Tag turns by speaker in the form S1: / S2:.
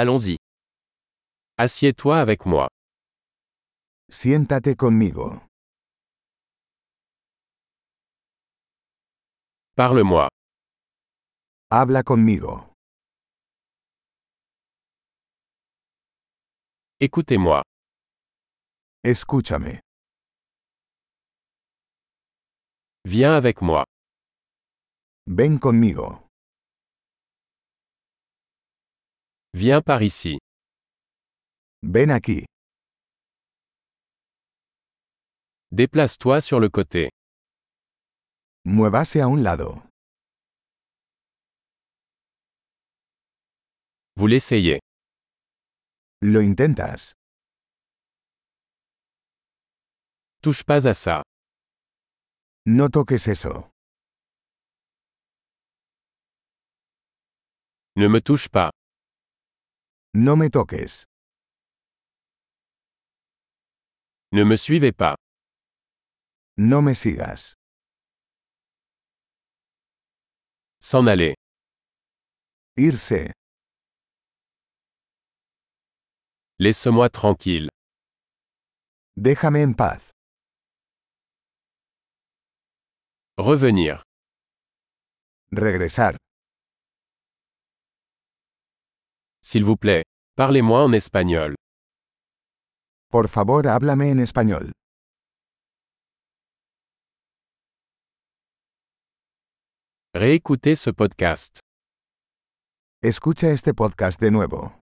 S1: Allons-y. Assieds-toi avec moi.
S2: Siéntate conmigo.
S1: Parle-moi.
S2: Habla conmigo.
S1: Écoutez-moi.
S2: Escúchame.
S1: Viens avec moi.
S2: Ven conmigo.
S1: Viens par ici.
S2: Ven aquí.
S1: Déplace-toi sur le côté.
S2: Muévase a un lado.
S1: Vous l'essayez.
S2: Lo intentas.
S1: Touche pas à ça.
S2: No toques eso.
S1: Ne me touche pas.
S2: No me toques.
S1: Ne me suivez pas.
S2: No me sigas.
S1: S'en aller.
S2: Irse.
S1: Laisse-moi tranquille.
S2: Déjame en paz.
S1: Revenir.
S2: Regresar.
S1: S'il vous plaît, parlez-moi en espagnol.
S2: Por favor, háblame en español.
S1: Réécoutez ce podcast.
S2: Escucha este podcast de nuevo.